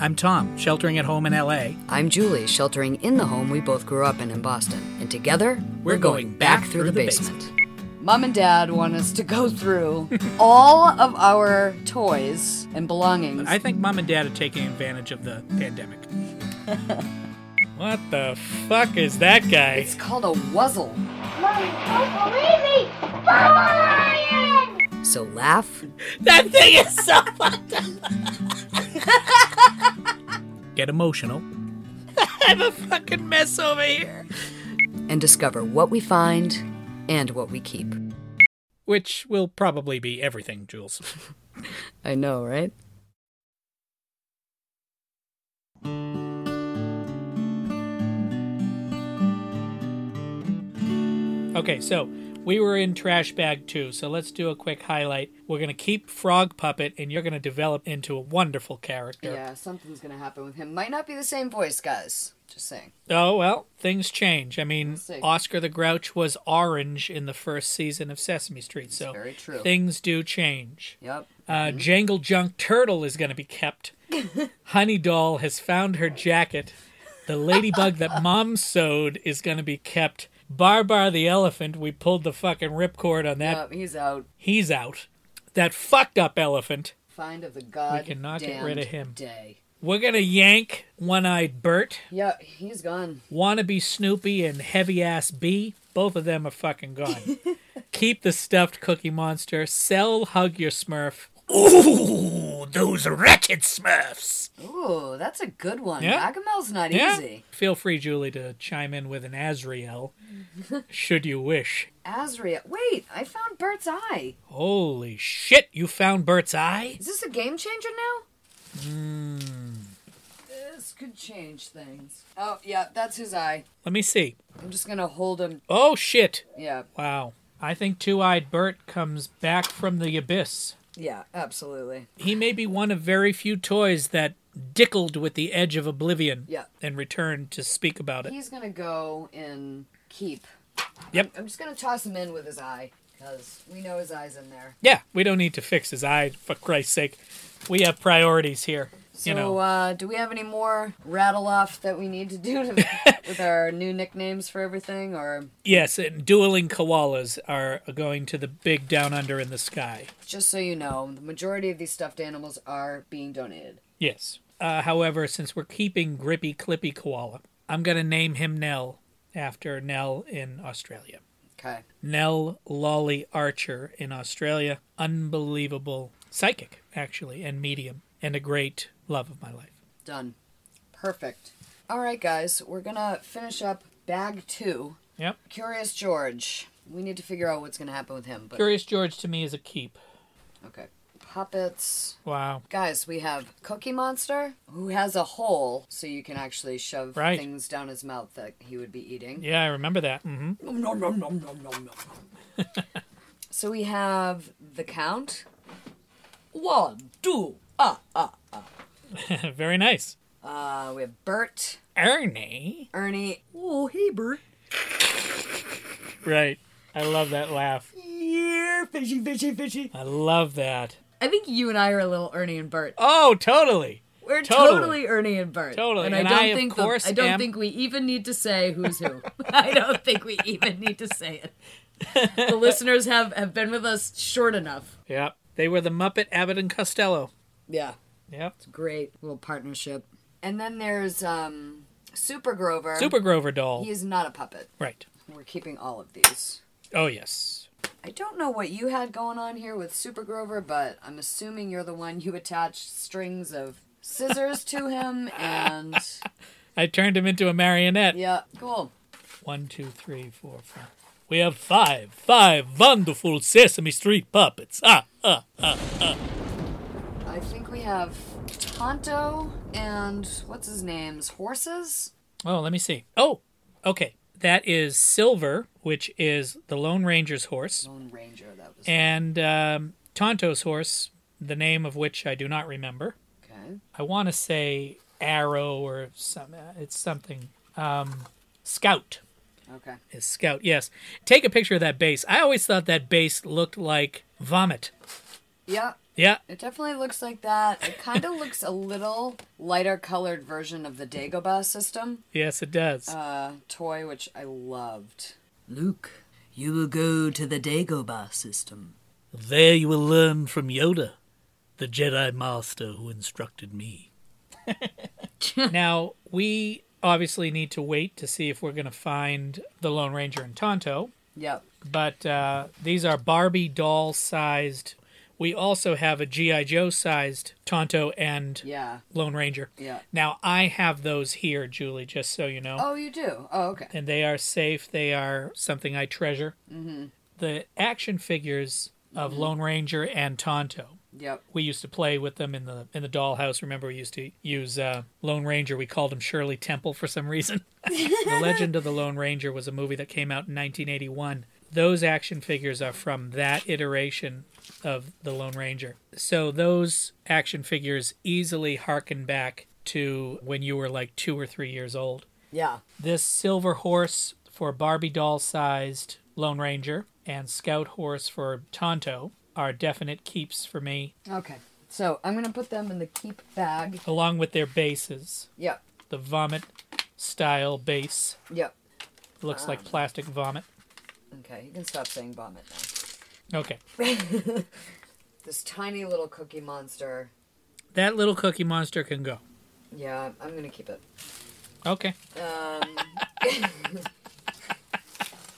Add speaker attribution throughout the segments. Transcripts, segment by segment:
Speaker 1: I'm Tom, sheltering at home in LA.
Speaker 2: I'm Julie, sheltering in the home we both grew up in in Boston. And together,
Speaker 1: We're going back through the
Speaker 2: Mom and Dad want us to go through all of our toys and belongings.
Speaker 1: I think mom and dad are taking advantage of the pandemic. what the fuck is that guy?
Speaker 2: it's called a wuzzle.
Speaker 3: Mommy, don't believe me! Follow Lion!
Speaker 2: So laugh.
Speaker 1: That thing is so fucked up. Get emotional. I'm a fucking mess over here.
Speaker 2: and discover what we find and what we keep.
Speaker 1: Which will probably be everything, Jules.
Speaker 2: I know, right?
Speaker 1: Okay, so we were in trash bag two, so let's do a quick highlight. We're gonna keep Frog Puppet, and you're gonna develop into a wonderful character.
Speaker 2: Yeah, something's gonna happen with him. Might not be the same voice, guys. Just saying.
Speaker 1: Oh well, things change. I mean,
Speaker 2: see.
Speaker 1: Oscar the Grouch was orange in the first season of Sesame Street, so
Speaker 2: very true. Mm-hmm.
Speaker 1: things do change.
Speaker 2: Yep.
Speaker 1: Uh, Jangle Junk Turtle is going to be kept. Honey Doll has found her jacket. The ladybug that mom sewed is going to be kept. Barbar the elephant, we pulled the fucking ripcord on that.
Speaker 2: Yep, he's out.
Speaker 1: He's out. That fucked up elephant.
Speaker 2: Find of the god.
Speaker 1: cannot get rid of him.
Speaker 2: Day.
Speaker 1: We're going to yank one eyed Bert,
Speaker 2: Yeah, he's gone.
Speaker 1: wannabe Snoopy, and heavy ass B. Both of them are fucking gone. Keep the stuffed cookie monster. Sell Hug Your Smurf. Ooh, those wretched Smurfs.
Speaker 2: Ooh, that's a good one.
Speaker 1: Yeah.
Speaker 2: Agamel's not easy.
Speaker 1: Feel free, Julie, to chime in with an Azrael, should you wish.
Speaker 2: Azria. Wait, I found Bert's eye.
Speaker 1: Holy shit, you found Bert's eye?
Speaker 2: Is this a game changer now?
Speaker 1: Hmm.
Speaker 2: This could change things. Oh, yeah, that's his eye.
Speaker 1: Let me see.
Speaker 2: I'm just gonna hold him.
Speaker 1: Oh shit.
Speaker 2: Yeah,
Speaker 1: Wow. I think Two Eyed Bert comes back from the abyss.
Speaker 2: yeah, absolutely.
Speaker 1: He may be one of very few toys that dickled with the edge of oblivion
Speaker 2: Yeah.
Speaker 1: and returned to speak about it.
Speaker 2: He's gonna go and keep.
Speaker 1: Yep.
Speaker 2: I'm just gonna toss him in with his eye because we know his eye's in there.
Speaker 1: Yeah, we don't need to fix his eye, for Christ's sake. We have priorities here.
Speaker 2: So,
Speaker 1: you know.
Speaker 2: uh, do we have any more rattle off that we need to do to, with our new nicknames for everything? Or
Speaker 1: Yes, and dueling koalas are going to the big down under in the sky.
Speaker 2: just so you know, the majority of these stuffed animals are being donated.
Speaker 1: Yes. Uh, however, since we're keeping Grippy Clippy Koala, I'm going to name him Nell after Nell in Australia.
Speaker 2: Okay.
Speaker 1: Nell Lolly Archer in Australia. Unbelievable psychic, actually, and medium, and a great love of my life.
Speaker 2: Done. Perfect. All right, guys, we're gonna finish up bag two.
Speaker 1: Yep.
Speaker 2: Curious George. We need to figure out what's gonna happen with him. But
Speaker 1: Curious George to me is a keep.
Speaker 2: okay. Puppets.
Speaker 1: Wow.
Speaker 2: Guys, we have Cookie Monster, who has a hole, so you can actually shove
Speaker 1: Right.
Speaker 2: things down his mouth that he would be eating.
Speaker 1: Yeah, I remember that. hmm
Speaker 2: Nom, nom, nom, nom, nom, nom, nom. so we have the Count. One, two, ah, ah.
Speaker 1: Very nice.
Speaker 2: Uh, we have Bert,
Speaker 1: Ernie.
Speaker 2: Ernie. Oh, hey, Bert.
Speaker 1: Right. I love that laugh.
Speaker 2: Yeah, fishy, fishy, fishy.
Speaker 1: I love that.
Speaker 2: I think you and I are a little Ernie and Bert.
Speaker 1: Oh, totally.
Speaker 2: We're
Speaker 1: Totally.
Speaker 2: totally, Ernie and Bert.
Speaker 1: Totally.
Speaker 2: And,
Speaker 1: And
Speaker 2: I don't
Speaker 1: I, of
Speaker 2: think the-
Speaker 1: course,
Speaker 2: I don't
Speaker 1: am-
Speaker 2: think we even need to say who's who. I don't think we even need to say it. The listeners have have been with us short enough.
Speaker 1: Yep. They were the Muppet Abbott and Costello.
Speaker 2: Yeah.
Speaker 1: Yep.
Speaker 2: Great little partnership. And then there's um Super Grover.
Speaker 1: Super Grover doll.
Speaker 2: He is not a puppet.
Speaker 1: Right.
Speaker 2: We're keeping all of these.
Speaker 1: Oh yes.
Speaker 2: I don't know what you had going on here with Super Grover, but I'm assuming you're the one you attached strings of scissors to him and
Speaker 1: I turned him into a marionette.
Speaker 2: yeah, cool.
Speaker 1: One, two, three, four, five. We have five, five wonderful Sesame Street puppets. Ah, ah.
Speaker 2: I think we have Tonto and what's his name's horses.
Speaker 1: Oh, let me see. Oh, okay. That is Silver, which is the Lone Ranger's horse,
Speaker 2: Lone Ranger, that was
Speaker 1: and um, Tonto's horse, the name of which I do not remember.
Speaker 2: okay.
Speaker 1: I want to say Arrow or some. uh, It's something. Um, Scout.
Speaker 2: Okay,
Speaker 1: is Scout. Yes. Take a picture of that base. I always thought that base looked like vomit.
Speaker 2: yeah,
Speaker 1: Yeah.
Speaker 2: It definitely looks like that. It kind of looks a little lighter colored version of the Dagobah system
Speaker 1: Yes, it does.
Speaker 2: uh, toy, which I loved. Luke, you will go to the Dagobah system.
Speaker 4: There you will learn from Yoda, the Jedi Master who instructed me.
Speaker 1: now we obviously need to wait to see if we're going to find the Lone Ranger and Tonto.
Speaker 2: Yep.
Speaker 1: but uh, these are Barbie doll sized. We also have a GI Joe sized Tonto and
Speaker 2: Yeah.
Speaker 1: Lone Ranger.
Speaker 2: Yeah.
Speaker 1: Now I have those here, Julie, just so you know,
Speaker 2: Oh, you do? Oh, okay.
Speaker 1: and they are safe. They are something I treasure. Mm-hmm. The action figures of Lone Ranger and Tonto.
Speaker 2: Yep.
Speaker 1: We used to play with them in the in the dollhouse. Remember, we used to use uh, Lone Ranger. We called him Shirley Temple for some reason. the Legend of the Lone Ranger was a movie that came out in 1981. Those action figures are from that iteration of the Lone Ranger. So those action figures easily harken back to when you were like two or three years old
Speaker 2: Yeah.
Speaker 1: this silver horse for Barbie doll sized Lone Ranger and scout horse for Tonto are definite keeps for me,
Speaker 2: Okay. So I'm going to put them in the keep bag.
Speaker 1: along with their bases.
Speaker 2: Yep.
Speaker 1: The vomit style base
Speaker 2: Yep.
Speaker 1: looks like plastic vomit.
Speaker 2: Okay. You can stop saying vomit now.
Speaker 1: Okay.
Speaker 2: This tiny little cookie monster.
Speaker 1: That little cookie monster can go.
Speaker 2: Yeah, I'm going to keep it.
Speaker 1: Okay.
Speaker 2: Um,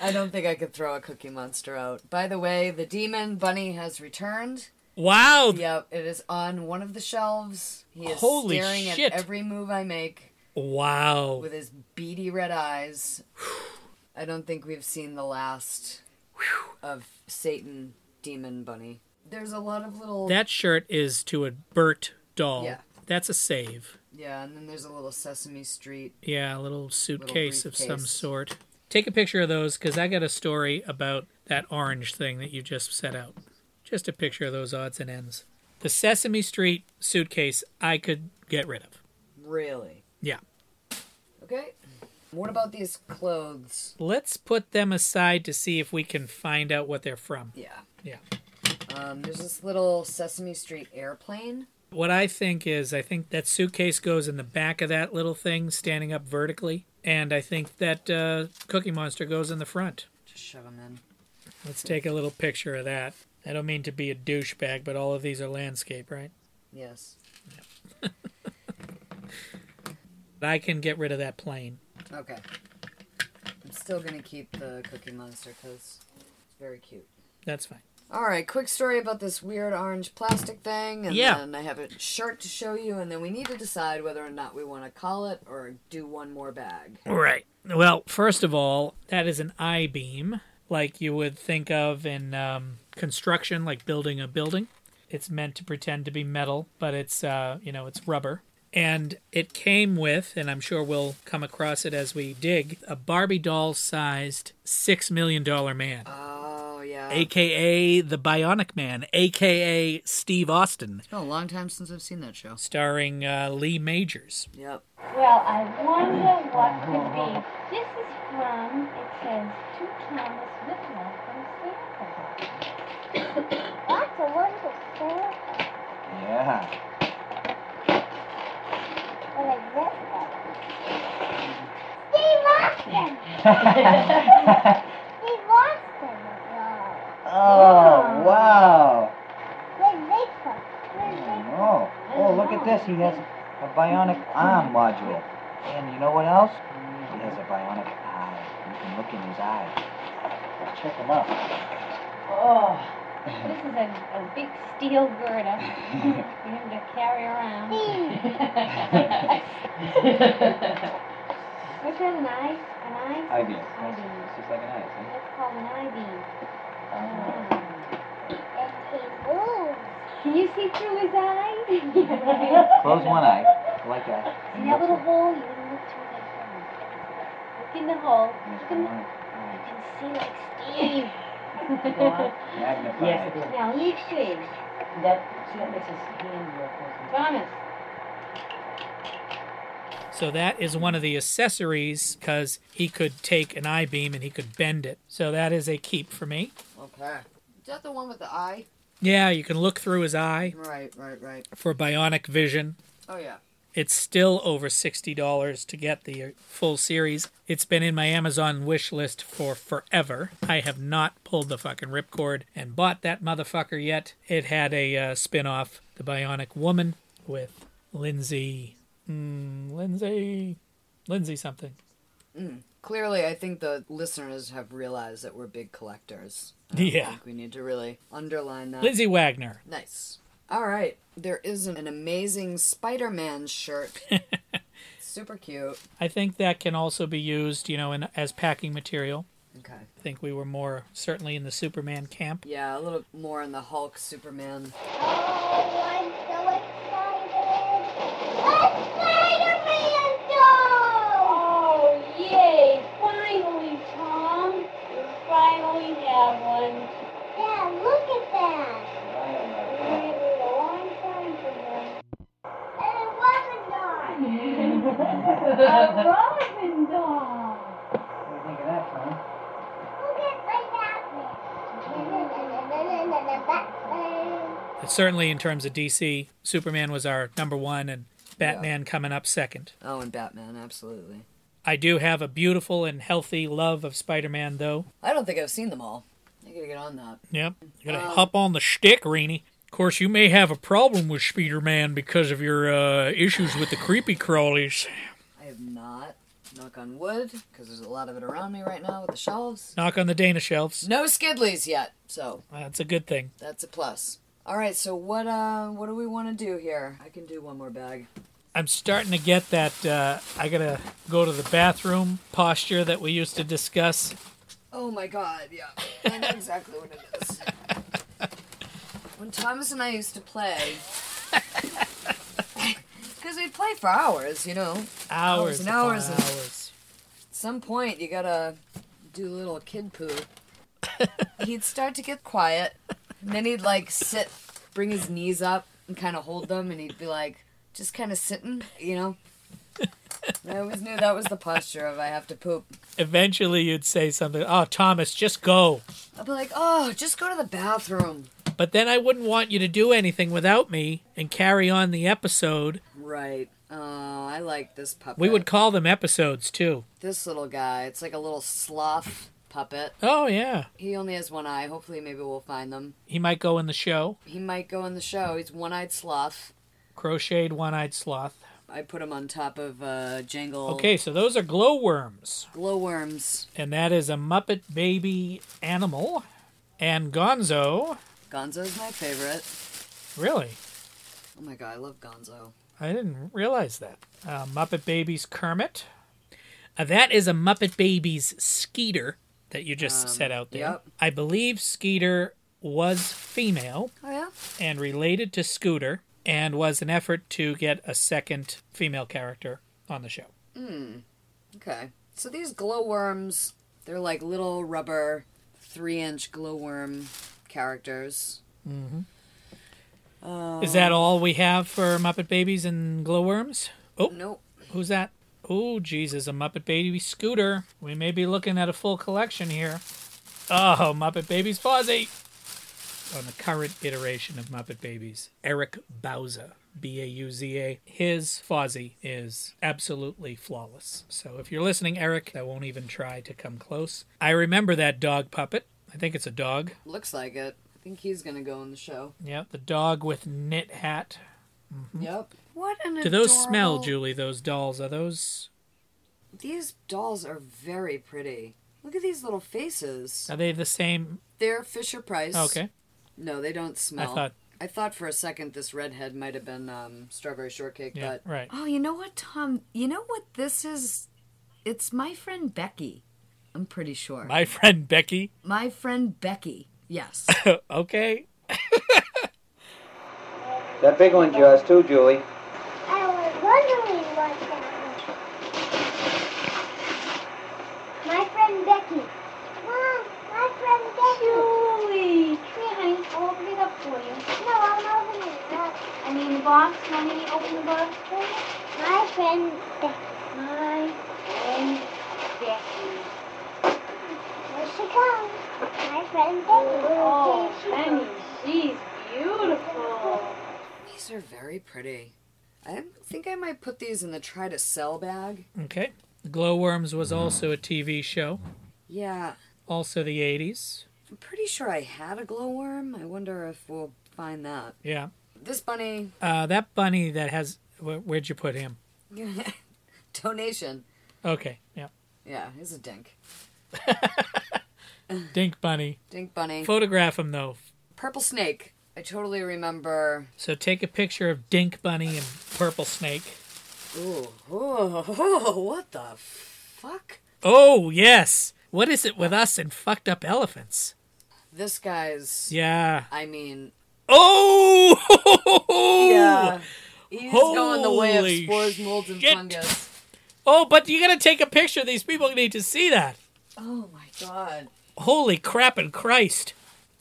Speaker 2: I don't think I could throw a Cookie Monster out. By the way, the Demon Bunny has returned.
Speaker 1: Wow.
Speaker 2: Yep, it is on one of the shelves. He is
Speaker 1: Holy
Speaker 2: staring
Speaker 1: shit.
Speaker 2: at every move I make
Speaker 1: Wow.
Speaker 2: with his beady red eyes. I don't think we've seen the last of Satan Demon Bunny. There's a lot of little
Speaker 1: That shirt is to a Bert doll.
Speaker 2: Yeah.
Speaker 1: That's a save.
Speaker 2: yeah, and then there's a little Sesame Street.
Speaker 1: Yeah, a little suitcase of some
Speaker 2: briefcase.
Speaker 1: sort. Take a picture of those because I got a story about that orange thing that you just set out. Just a picture of those odds and ends. The Sesame Street suitcase I could get rid of.
Speaker 2: Really?
Speaker 1: Yeah.
Speaker 2: Okay. What about these clothes?
Speaker 1: Let's put them aside to see if we can find out what they're from.
Speaker 2: Yeah.
Speaker 1: Yeah.
Speaker 2: Um, there's this little Sesame Street airplane.
Speaker 1: What I think is, I think that suitcase goes in the back of that little thing standing up vertically. And I think that uh, Cookie Monster goes in the front.
Speaker 2: Just shove them in.
Speaker 1: Let's take a little picture of that. I don't mean to be a douchebag, but all of these are landscape, right?
Speaker 2: Yes.
Speaker 1: I can get rid of that plane.
Speaker 2: Okay. I'm still gonna keep the Cookie Monster because it's very cute.
Speaker 1: That's fine.
Speaker 2: All right, quick story about this weird orange plastic thing, and
Speaker 1: Yeah.
Speaker 2: then I have a shirt to show you, and then we need to decide whether or not we want to call it or do one more bag.
Speaker 1: Right. Well, first of all, that is an I beam, like you would think of in um, construction, like building a building. It's meant to pretend to be metal, but it's uh, you know it's rubber. And it came with, and I'm sure we'll come across it as we dig, a Barbie doll sized six million dollar man,
Speaker 2: Oh yeah.
Speaker 4: AKA the Bionic Man, AKA Steve Austin.
Speaker 2: It's been a Oh, long time since I've seen that show.
Speaker 1: starring uh, Lee Majors.
Speaker 2: Yep.
Speaker 3: Well, I wonder what could be. This is from, it says, to Thomas Whitlock from Stanford. That's a wonderful sample.
Speaker 5: Yeah.
Speaker 3: What is this thing? Steve Austin! Steve Austin! Wow.
Speaker 5: oh, wow.
Speaker 3: Where's Bigfoot? Where's Bigfoot?
Speaker 5: Oh, oh, look at this. He has a bionic arm module. And you know what else? He has a bionic eye. You can look in his eye. Check him out.
Speaker 6: Oh, this is a, a big steel girder for him to carry around.
Speaker 3: Steve! This is an eye, an eye?
Speaker 5: Eye beam.
Speaker 6: Eye beam.
Speaker 5: It's just like an eye,
Speaker 6: It's called an eye beam.
Speaker 5: see?
Speaker 3: And he
Speaker 5: Oh.
Speaker 3: moves.
Speaker 6: Can you see through his eye? See
Speaker 5: Close one eye, like that. and
Speaker 6: that
Speaker 5: look
Speaker 6: little hole? You can look through that hole. Look in the hole.
Speaker 5: in his
Speaker 6: Look in
Speaker 5: bionic eye.
Speaker 6: the You can see like Steve.
Speaker 5: Magnify.
Speaker 7: Yes, it is.
Speaker 6: now leave Steve.
Speaker 7: That, see, that makes his hand real close.
Speaker 6: Thomas.
Speaker 1: So that is one of the accessories because he could take an I beam and he could bend it. So that is a keep for me.
Speaker 2: Okay. Is that the one with the eye?
Speaker 1: Yeah, you can look through his eye
Speaker 2: Right, right, right.
Speaker 1: for bionic vision.
Speaker 2: Oh yeah.
Speaker 1: It's still over $60 to get the full series. It's been in my Amazon wish list for forever. I have not pulled the fucking ripcord and bought that motherfucker yet. It had a uh, spin off, The Bionic Woman, with Lindsay. Mm, Lindsay. Lindsay something.
Speaker 2: Clearly, I think the listeners have realized that we're big collectors. I
Speaker 1: Yeah.
Speaker 2: think we need to really underline that.
Speaker 1: Lindsay Wagner.
Speaker 2: Nice. All right. There is an, an amazing Spider Man shirt. Super cute.
Speaker 1: I think that can also be used, you know, in, as packing material.
Speaker 2: Okay.
Speaker 1: I think we were more certainly in the Superman camp.
Speaker 2: Yeah, a little more in the Hulk Superman.
Speaker 3: Oh, I'm so excited. Let Spider-Man go!
Speaker 6: Oh, yay! Finally, Tom. You finally have one.
Speaker 3: Dad, look at that. We waited a long time for this. And it wasn't gone.
Speaker 6: A Robin doll.
Speaker 5: What do you think of that, Tom?
Speaker 3: Look at my Batman. Batman.
Speaker 1: But certainly in terms of DC, Superman was our number one and Batman coming up second.
Speaker 2: Oh, and Batman, absolutely.
Speaker 1: I do have a beautiful and healthy love of Spider Man though.
Speaker 2: I don't think I've seen them all. I gotta get on that.
Speaker 1: Yep. You
Speaker 2: Um,
Speaker 1: gotta hop on the shtick, Reenie. Of course you may have a problem with Spider Man because of your uh, issues with the creepy crawlies.
Speaker 2: I have not. Knock on wood, because there's a lot of it around me right now with the shelves.
Speaker 1: Knock on the Dana shelves.
Speaker 2: No Skidleys yet, so
Speaker 1: That's a good thing.
Speaker 2: that's a plus. All right, so what uh, what do we want to do here? I can do one more bag.
Speaker 1: I'm starting to get that uh, I gotta go to the bathroom posture that we used to discuss.
Speaker 2: Oh my god, yeah. I know exactly what it is. When Thomas and I used to play, because we'd play for hours, you know.
Speaker 1: Hours
Speaker 2: and
Speaker 1: upon
Speaker 2: hours and-
Speaker 1: hours.
Speaker 2: At some point, you gotta do a little kid poo. he'd start to get quiet, and then he'd like sit, bring his knees up, and kind of hold them, and he'd be like, just kind of sitting, you know. I always knew that was the posture of I have to poop.
Speaker 1: eventually you'd say something, oh, Thomas, just go.
Speaker 2: I'd be like, oh, just go to the bathroom.
Speaker 1: But then I wouldn't want you to do anything without me and carry on the episode.
Speaker 2: Right. Oh, I like this puppet.
Speaker 1: We would call them episodes too.
Speaker 2: this little guy. It's like a little sloth puppet.
Speaker 1: Oh, yeah.
Speaker 2: He only has one eye. Hopefully, maybe we'll find them.
Speaker 1: He might go in the show.
Speaker 2: He might go on the show. He's one-eyed sloth.
Speaker 1: Crocheted one eyed sloth.
Speaker 2: I put him on top of uh, Jangle
Speaker 1: Okay, so those are glowworms.
Speaker 2: glowworms.
Speaker 1: And that is a Muppet baby animal. And Gonzo.
Speaker 2: Gonzo's my favorite.
Speaker 1: Really?
Speaker 2: Oh my god, I love Gonzo.
Speaker 1: I didn't realize that. Uh, Muppet Babies Kermit. Uh, that is a Muppet Babies Skeeter that you just set out there.
Speaker 2: yep.
Speaker 1: I believe Skeeter was female
Speaker 2: Oh yeah.
Speaker 1: and related to Scooter and was an effort to get a second female character on the show.
Speaker 2: Okay. So these glowworms, they're like little rubber, three-inch glowworm characters.
Speaker 1: is that all we have for Muppet Babies and Glowworms? Oh,
Speaker 2: Nope.
Speaker 1: who's that? Oh, Jesus, a Muppet Baby Scooter. We may be looking at a full collection here. Oh, Muppet Babies Fozzie. On the current iteration of Muppet Babies, Eric Bauza, B A U Z A. His Fozzie is absolutely flawless. So if you're listening, Eric, I won't even try to come close. I remember that dog puppet. I think it's a dog.
Speaker 2: Looks like it. I think he's gonna go on the show.
Speaker 1: Yeah, the dog with knit hat.
Speaker 2: Yep. What an
Speaker 1: Mm-hmm. Do those smell,
Speaker 2: adorable-
Speaker 1: Julie, those dolls? Are those
Speaker 2: These dolls are very pretty. Look at these little faces.
Speaker 1: are they the same?
Speaker 2: They're Fisher Price.
Speaker 1: Uh, Okay.
Speaker 2: No, they don't smell.
Speaker 1: I thought-
Speaker 2: I thought for a second this redhead might have been um, strawberry shortcake,
Speaker 1: Yeah,
Speaker 2: but
Speaker 1: right.
Speaker 2: Oh, you know what, Tom? You know what this is? It's my friend Becky. I'm pretty sure.
Speaker 1: My friend Becky.
Speaker 2: my friend Becky. Yes.
Speaker 1: okay.
Speaker 5: That big one's yours too, Julie.
Speaker 3: I was wondering what that was. My friend Becky. Mom, my friend Becky. Julie. Here, honey, I'll open it up for you. No, I'm opening it up. I mean the box. Want me to open the box for you? My friend Becky. My friend Becky. Here she comes. My friend Becky.
Speaker 6: Oh, honey, she's
Speaker 3: beautiful.
Speaker 2: These are very pretty. I think I might put these in the try to sell bag.
Speaker 1: Okay. Glowworms was also a TV show,
Speaker 2: Yeah,
Speaker 1: also the 80s.
Speaker 2: I'm pretty sure I had a glowworm. I wonder if we'll find that.
Speaker 1: Yeah.
Speaker 2: This bunny
Speaker 1: Uh, that bunny that has. Where, where'd you put him?
Speaker 2: donation.
Speaker 1: Okay. Yeah.
Speaker 2: Yeah, he's a dink.
Speaker 1: Dink Bunny.
Speaker 2: Dink bunny.
Speaker 1: Photograph him, though.
Speaker 2: Purple snake. I totally remember.
Speaker 1: So take a picture of Dink Bunny and Purple Snake.
Speaker 2: Ooh, oh, oh, what the fuck?
Speaker 1: Oh, yes. What is it with us and fucked up elephants?
Speaker 2: This guy's.
Speaker 1: Yeah.
Speaker 2: I mean,
Speaker 1: Oh!
Speaker 2: yeah. He's going the way
Speaker 1: Holy
Speaker 2: of spores, molds, and
Speaker 1: shit.
Speaker 2: fungus.
Speaker 1: Oh, but you gotta take a picture. These people need to see that.
Speaker 2: Oh my god.
Speaker 1: Holy crap and Christ.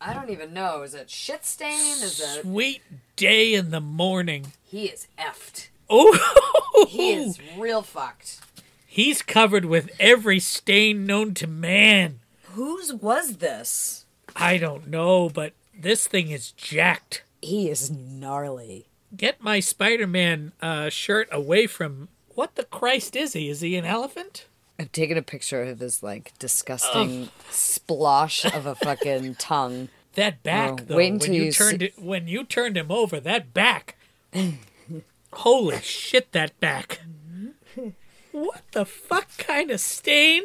Speaker 2: I don't even know. Is it shit stain? Is it.
Speaker 1: Sweet day in the morning.
Speaker 2: He is effed.
Speaker 1: Oh!
Speaker 2: He is real fucked.
Speaker 1: He's covered with every stain known to man.
Speaker 2: Whose was this?
Speaker 1: I don't know, but this thing is jacked.
Speaker 2: He is gnarly.
Speaker 1: Get my Spider Man uh, shirt away from. What the Christ is he? Is he an elephant?
Speaker 2: I'm taking a picture of his like disgusting splosh of a fucking tongue.
Speaker 1: That back
Speaker 2: Oh,
Speaker 1: though,
Speaker 2: wait
Speaker 1: when
Speaker 2: until
Speaker 1: you,
Speaker 2: you see-
Speaker 1: turned it, when you turned him over, that back. Holy shit, that back! What the fuck kind of stain?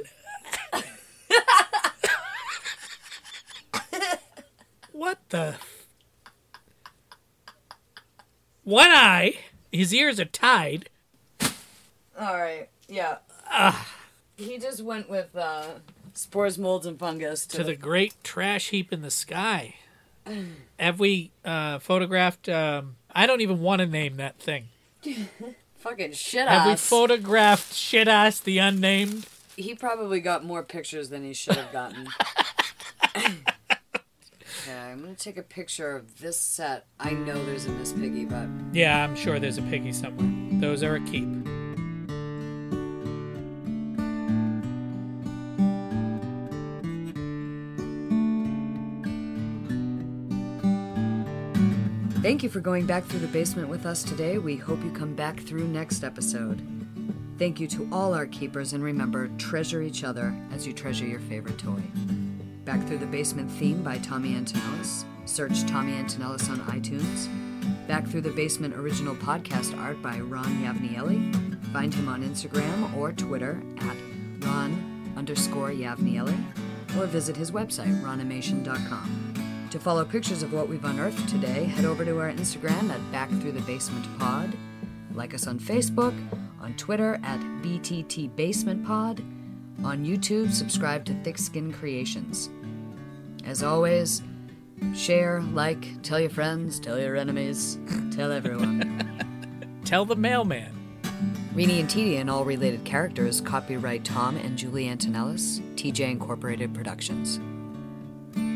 Speaker 1: what the? One eye, his ears are tied.
Speaker 2: All right. Yeah. He just went with uh, spores, molds, and fungus to,
Speaker 1: to the great trash heap in the sky. Have we uh, photographed? Um, I don't even want to name that thing.
Speaker 2: fucking shit
Speaker 1: Have we
Speaker 2: ass.
Speaker 1: photographed shit ass the unnamed?
Speaker 2: he probably got more pictures than he should have gotten. okay, I'm gonna take a picture of this set. I know there's a Miss Piggy, but
Speaker 1: Yeah, I'm sure there's a piggy somewhere. Those are a keep.
Speaker 2: Thank you for going back through the basement with us today. We hope you come back through next episode. Thank you to all our keepers, and remember, treasure each other as you treasure your favorite toy. Back Through the Basement theme by Tommy Antonellis. Search Tommy Antonellis on iTunes. Back Through the Basement original podcast art by Ron Yavnielli. Find him on Instagram or Twitter at Ron underscore Yavnielli or visit his website, ronimation.com. To follow pictures of what we've unearthed today, head over to our Instagram at Back Through the Basement Pod. Like us on Facebook, on Twitter at BTT Basement Pod, on YouTube, subscribe to Thick Skin Creations. As always, share, like, tell your friends, tell your enemies, tell everyone.
Speaker 1: Tell the mailman.
Speaker 2: Rini and Titi and all related characters, copyright Tom and Julie Antonellis, TJ Incorporated Productions.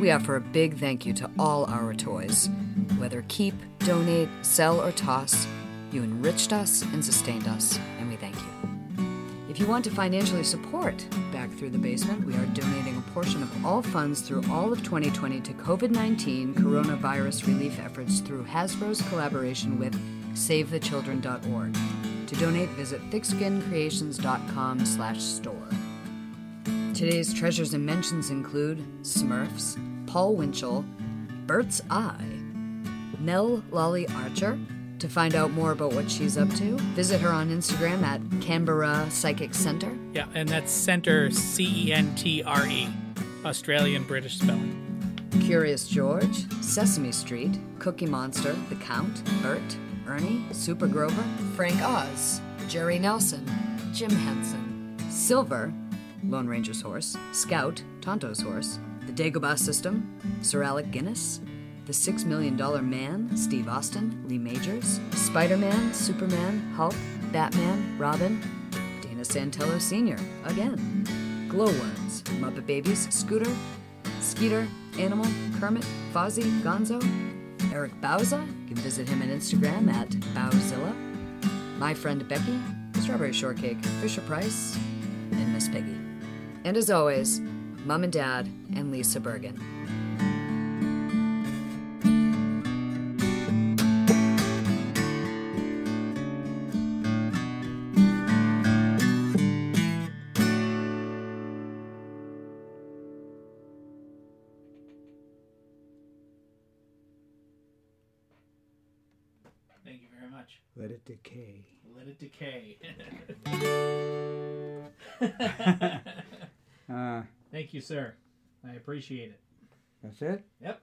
Speaker 2: We offer a big thank you to all our toys. Whether keep, donate, sell, or toss, you enriched us and sustained us, and we thank you. If you want to financially support Back Through the Basement, we are donating a portion of all funds through all of 2020 to COVID 19 coronavirus relief efforts through Hasbro's collaboration with SaveTheChildren.org. To donate, visit thickskincreations.com slash store. Today's treasures and mentions include Smurfs, Paul Winchell, Bert's Eye, Nell Lolly Archer. To find out more about what she's up to, visit her on Instagram at Canberra Psychic Center.
Speaker 1: Yeah, and that's center C E N T R E, Australian British spelling.
Speaker 2: Curious George, Sesame Street, Cookie Monster, The Count, Bert, Ernie, Super Grover, Frank Oz, Jerry Nelson, Jim Henson, Silver, Lone Ranger's Horse, Scout, Tonto's Horse, The Dagobah System, Sir Alec Guinness, The Six Million Dollar Man, Steve Austin, Lee Majors, Spider Man, Superman, Hulk, Batman, Robin, Dana Santello Sr., again, Glowworms, Muppet Babies, Scooter, Skeeter, Animal, Kermit, Fozzie, Gonzo, Eric Bauza. You can visit him on Instagram at Bowzilla. My friend Becky, Strawberry Shortcake, Fisher Price, and Miss Piggy. And as always, Mom and Dad and Lisa Bergen.
Speaker 1: Thank you very much.
Speaker 5: Let it decay.
Speaker 1: Let it decay.
Speaker 5: Uh,
Speaker 1: Thank you, sir. I appreciate it.
Speaker 5: that's it?
Speaker 1: Yep.